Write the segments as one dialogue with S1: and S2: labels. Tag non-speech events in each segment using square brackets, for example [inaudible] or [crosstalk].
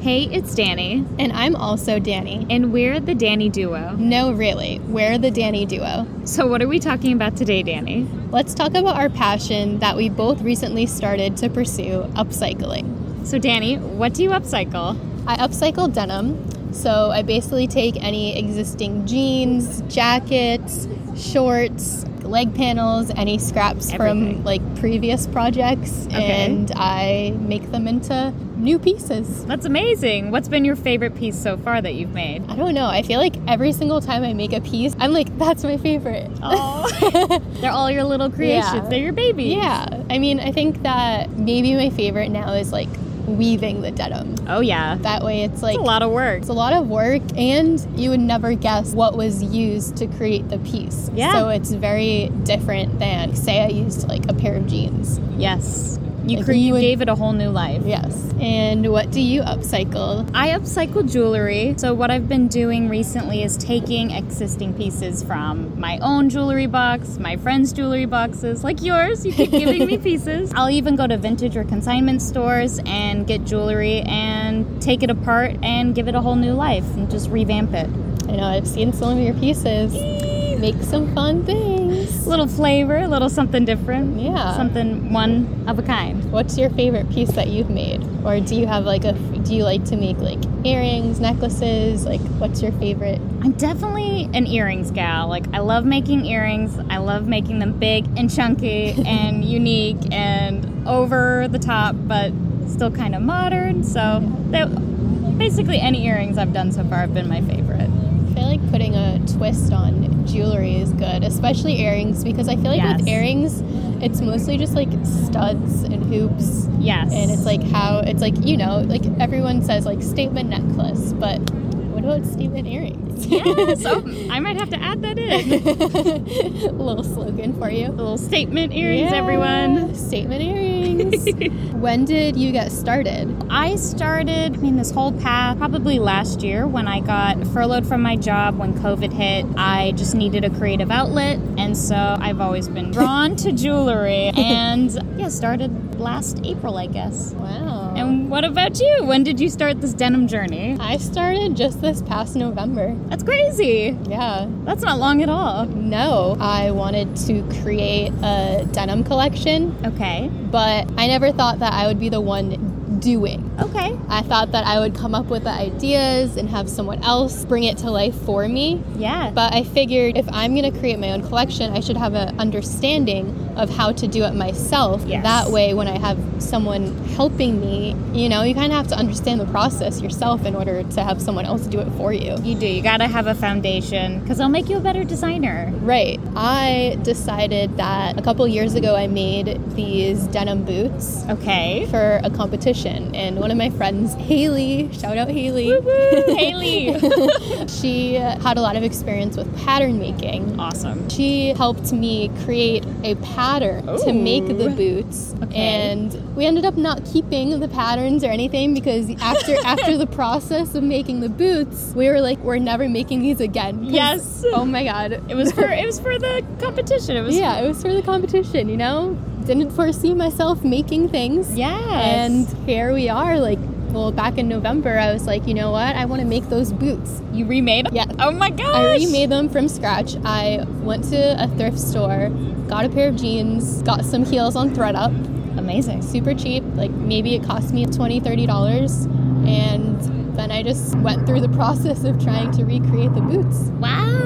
S1: Hey, it's Danny,
S2: And I'm also Danny.
S1: and we're the Danny Duo.
S2: No, really, we're the Danny Duo.
S1: So, what are we talking about today, Danny?
S2: Let's talk about our passion that we both recently started to pursue upcycling.
S1: So, Danny, what do you upcycle?
S2: I upcycle denim, so I basically take any existing jeans, jackets, shorts, leg panels, any scraps
S1: Everything.
S2: from like previous projects,
S1: Okay.
S2: and I make them into new pieces.
S1: That's amazing. What's been your favorite piece so far that you've made?
S2: I don't know. I feel like every single time I make a piece, I'm like, that's my favorite. [laughs]
S1: Oh. [laughs] They're all your little creations.
S2: Yeah.
S1: They're your babies.
S2: yeah. I mean, I think that maybe my favorite now is like weaving the denim.
S1: Oh, yeah.
S2: That way it's like,
S1: It's a lot of work.
S2: it's a lot of work and you would never guess what was used to create the piece.
S1: Yeah.
S2: So it's very different than, say, I used like a pair of jeans.
S1: Yes. You,
S2: Like,
S1: cre-
S2: you
S1: you
S2: would-
S1: gave it a whole new life.
S2: Yes. And what do you upcycle?
S1: I upcycle jewelry. So, what I've been doing recently is taking existing pieces from my own jewelry box, my friends' jewelry boxes, like yours. You keep giving me pieces. I'll even go to vintage or consignment stores and get jewelry and take it apart and give it a whole new life and just revamp it.
S2: I know I've seen some of your pieces. Make some fun things.
S1: Little flavor, little something different.
S2: Yeah.
S1: Something one of a kind.
S2: What's your favorite piece that you've made? Or do you have like a do you like to make like earrings, necklaces? Like what's your favorite?
S1: I'm definitely an earrings gal. Like I love making earrings. I love making them big and
S2: [laughs]
S1: chunky and unique and over the top, but still kind of modern. So that, basically, any earrings I've done so far have been my favorite.
S2: I feel like putting a twist on jewelry is good, especially earrings because I feel like
S1: Yes.
S2: with earrings it's mostly just like studs and hoops
S1: Yes,
S2: and it's like how it's like, you know, like everyone says like statement necklace, but what about statement earrings?
S1: yes. Oh, I might have to add that in.
S2: [laughs] little slogan for you.
S1: A little statement earrings,
S2: Yeah,
S1: everyone.
S2: Statement
S1: [laughs]
S2: earrings. when did you get started?
S1: I started, I mean, this whole path probably last year when I got furloughed from my job when COVID hit. I just needed a creative outlet, and so I've always been drawn to jewelry. And yeah, started last April, I guess.
S2: Wow.
S1: And what about you? When did you start this denim journey?
S2: I started just this past November.
S1: That's crazy.
S2: Yeah.
S1: That's not long at all.
S2: No, I wanted to create a denim collection,
S1: Okay.
S2: but I never thought that I would be the one doing.
S1: Okay.
S2: I thought that I would come up with the ideas and have someone else bring it to life for me.
S1: Yeah.
S2: But I figured if I'm going to create my own collection, I should have an understanding of how to do it myself.
S1: Yes.
S2: That way, when I have someone helping me, you know, you kind of have to understand the process yourself in order to have someone else do it for you.
S1: you do. You gotta have a foundation because I'll make you a better designer.
S2: Right. I decided that a couple years ago, I made these denim boots
S1: Okay.
S2: for a competition, and one of my friends, Haley, shout out Haley. [laughs]
S1: Haley.
S2: she had a lot of experience with pattern making.
S1: awesome.
S2: She helped me create a pattern to make the
S1: Ooh.
S2: boots,
S1: Oh. Okay.
S2: and we ended up not keeping the patterns or anything because
S1: [laughs]
S2: after after the process of making the boots, we were like, we're never making these again. 'Cause,
S1: Yes.
S2: Oh my god.
S1: It was for it was for the competition. It was
S2: Yeah, it was for the competition. You know, didn't foresee myself making things,
S1: Yes.
S2: and here we are. Like, well, back in November, I was like, you know what? I want to make those boots.
S1: you remade
S2: Yeah.
S1: Oh my gosh.
S2: I remade them from scratch. I went to a thrift store, got a pair of jeans, got some heels on ThreadUp,
S1: Amazing.
S2: super cheap. Like maybe it cost me $20, $30. And then I just went through the [laughs] process of trying to recreate the boots.
S1: Wow.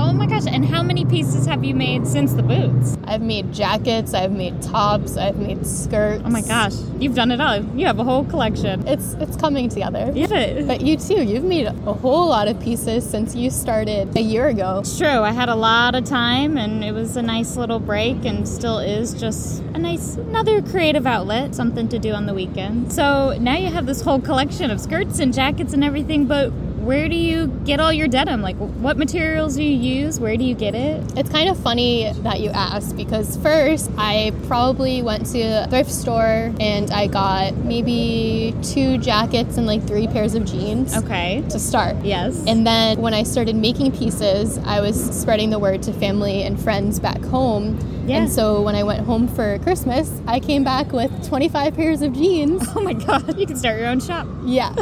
S1: Oh my gosh. And how many pieces have you made since the boots?
S2: I've made jackets, I've made tops, I've made skirts.
S1: Oh my gosh. You've done it all. You have a whole collection.
S2: It's it's coming together.
S1: Yeah.
S2: But you too, you've made a whole lot of pieces since you started a year ago.
S1: It's true. I had a lot of time and it was a nice little break and still is just a nice another creative outlet, something to do on the weekend. So now you have this whole collection of skirts and jackets and everything, but where do you get all your denim? Like what materials do you use? Where do you get it?
S2: It's kind of funny that you asked because first I probably went to a thrift store and I got maybe two jackets and like three pairs of jeans
S1: Okay.
S2: to start.
S1: Yes.
S2: And then when I started making pieces, I was spreading the word to family and friends back home.
S1: Yeah.
S2: And so when I went home for Christmas, I came back with 25 pairs of jeans.
S1: [laughs] oh my god, you can start your own shop. [laughs]
S2: Yeah.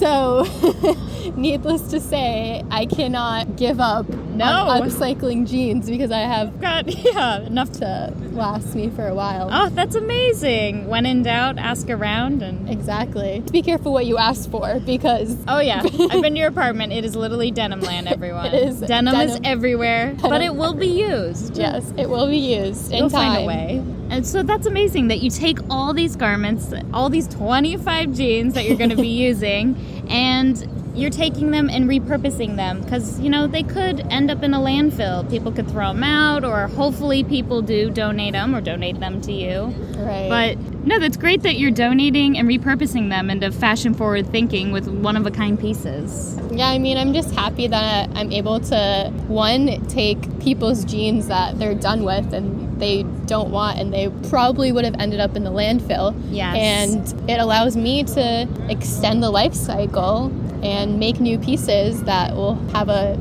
S2: so, [laughs] needless to say, I cannot give up
S1: No.
S2: on upcycling jeans because I have
S1: God, [laughs] yeah, enough to.
S2: to last me for a while.
S1: Oh, that's amazing. When in doubt, ask around and.
S2: Exactly. Be careful what you ask for because
S1: Oh yeah, I've been to your apartment. It is literally denim land, everyone.
S2: [laughs] It is.
S1: Denim, is
S2: Denim.
S1: everywhere, but
S2: Denim
S1: it will be used.
S2: yes, it will be used in
S1: You'll
S2: time.
S1: find a way. And so that's amazing that you take all these garments, all these 25 jeans that you're going to [laughs] be using, and you're taking them and repurposing them because, you know, they could end up in a landfill. People could throw them out, or hopefully people do donate them or donate them to you.
S2: Right.
S1: But no, that's great that you're donating and repurposing them into fashion forward thinking with one of a kind pieces.
S2: Yeah, I mean, I'm just happy that I'm able to, one, take people's genes that they're done with and they don't want and they probably would have ended up in the landfill.
S1: Yes.
S2: And it allows me to extend the life cycle and make new pieces that will have a,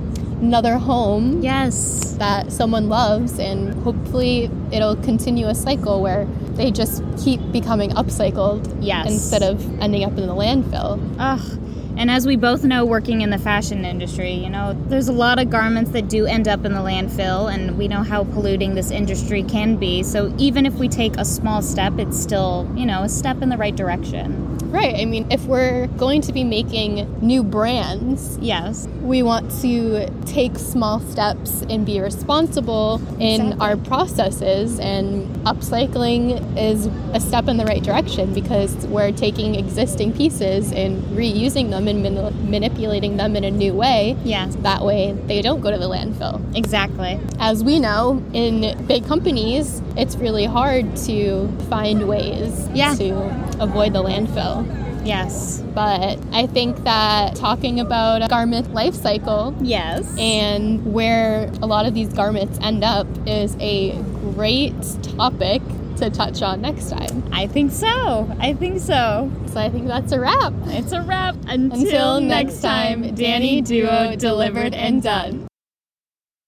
S2: another home
S1: Yes.
S2: that someone loves and hopefully it'll continue a cycle where they just keep becoming upcycled
S1: Yes.
S2: instead of ending up in the landfill.
S1: Ugh. And as we both know, working in the fashion industry, you know, there's a lot of garments that do end up in the landfill, and we know how polluting this industry can be. So even if we take a small step, it's still, you know, a step in the right direction.
S2: Right. I mean, if we're going to be making new brands,
S1: Yes.
S2: we want to take small steps and be responsible in
S1: Exactly.
S2: our processes. And upcycling is a step in the right direction because we're taking existing pieces and reusing them and man- manipulating them in a new way.
S1: Yes.
S2: That way, they don't go to the landfill.
S1: Exactly.
S2: As we know, in big companies, it's really hard to find ways
S1: Yeah.
S2: to avoid the landfill.
S1: Yes.
S2: But I think that talking about a garment life cycle
S1: Yes.
S2: and where a lot of these garments end up is a great topic to touch on next time.
S1: I think so. I think so.
S2: So I think that's a wrap.
S1: It's a wrap. Until,
S2: Until next time, Danny Duo delivered and done.